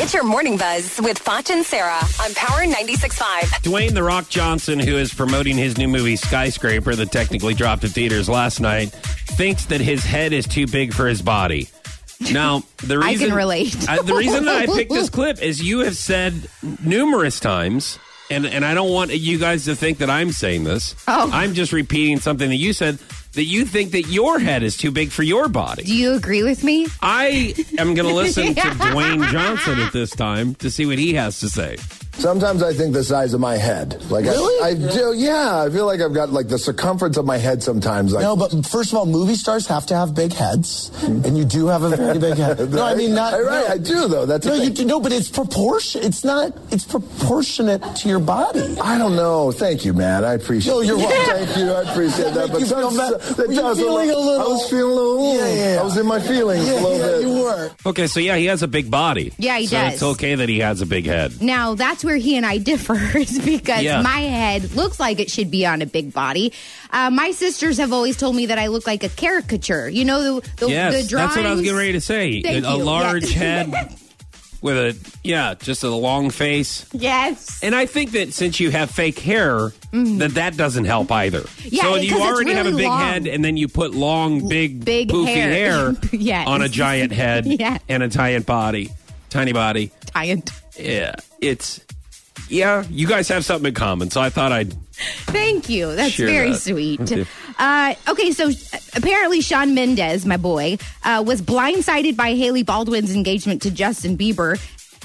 It's your morning buzz with Foch and Sarah on Power 96.5. Dwayne The Rock Johnson, who is promoting his new movie Skyscraper that technically dropped at theaters last night, thinks that his head is too big for his body. Now, the I reason can relate. I- the reason that I picked this clip is you have said numerous times, and, and I don't want you guys to think that I'm saying this. Oh. I'm just repeating something that you said that you think that your head is too big for your body. Do you agree with me? I am going to listen to Dwayne Johnson at this time to see what he has to say. Sometimes I think the size of my head. Like I, I do. Yeah, I feel like I've got like the circumference of my head sometimes. Like Hmm. No, but first of all, movie stars have to have big heads, and you do have a very big head. No, I mean not. Right, right, no. I do, though. That's the no, you thing. do. No, but it's proportion. It's not. It's proportionate to your body. I don't know. Thank you, man. I appreciate. No, you're it. welcome. Thank you. I appreciate that. That But make you feel some- bad? that Were you does feeling a little- I was feeling a little. Yeah, yeah. I was in my feelings Yeah, a little yeah, bit. you were. Okay, so yeah, he has a big body. Yeah, he so does. It's okay that he has a big head. Now that's where he and I differ is because Yeah. my head looks like it should be on a big body. Uh, my sisters have always told me that I look like a caricature. You know the the, yes, the drawings. that's what I was getting ready to say. Thank a you. large Yeah. head with a yeah, just a long face. Yes. And I think that since you have fake hair, that that doesn't help either. Mm-hmm. Yeah, so because you it's already have a really big long. head, and then you put long, big, big poofy hair, hair. Yes. on a giant head Yes. and a giant body, tiny body. Giant. Yeah, it's yeah. You guys have something in common, so I thought I'd Thank you. That's Sure very that. sweet. Okay. Uh, okay, so uh, apparently Sean Mendez, my boy, uh, was blindsided by Haley Baldwin's engagement to Justin Bieber,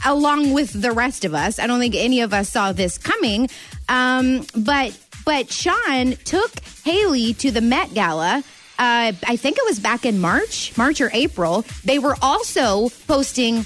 along with the rest of us. I don't think any of us saw this coming, um, but but Sean took Haley to the Met Gala. Uh, I think it was back in March, March or April. They were also posting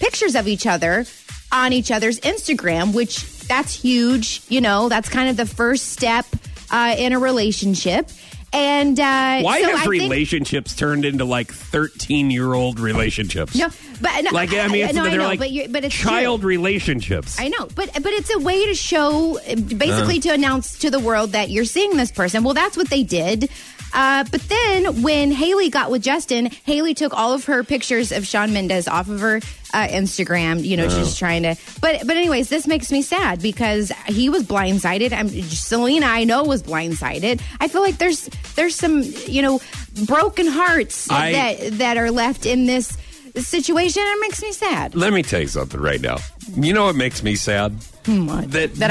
pictures of each other on each other's Instagram, which that's huge. You know, that's kind of the first step uh, in a relationship. And uh, Why so have I think- relationships turned into like thirteen-year-old relationships? No, but no, like I mean, it's, no, I they're know, like but, you're, but it's true. child relationships. I know, but but it's a way to show, basically, to announce to the world that you're seeing this person. Well, that's what they did. Uh, but then when Haley got with Justin, Haley took all of her pictures of Sean Mendez off of her uh, Instagram. You know, she's trying to. But but anyways, this makes me sad because he was blindsided. I'm Selena. I know was blindsided. I feel like there's there's some you know broken hearts I- that that are left in this situation. It makes me sad. Let me tell you something right now. You know what makes me sad? That, Hmm, that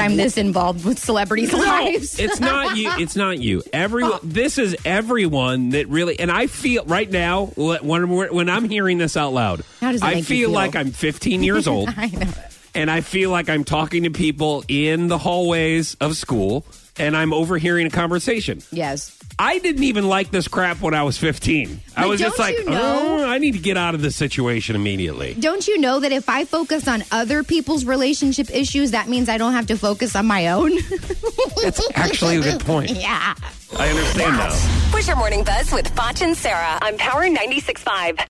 I'm this involved with celebrities' lives. it's not you. It's not you. Oh. Everyone. This is everyone that really. And I feel right now when we're- when I'm hearing this out loud. How does that I make you feel feel? like I'm 15 years old. I know. and I feel like I'm talking to people in the hallways of school and I'm overhearing a conversation. Yes. I didn't even like this crap when I was 15. I But was just don't like, you know- oh, I need to get out of this situation immediately. Don't you know that if I focus on other people's relationship issues, that means I don't have to focus on my own? That's actually a good point. yeah. I understand now. Was your morning buzz with Foch and Sarah on Power 96.5.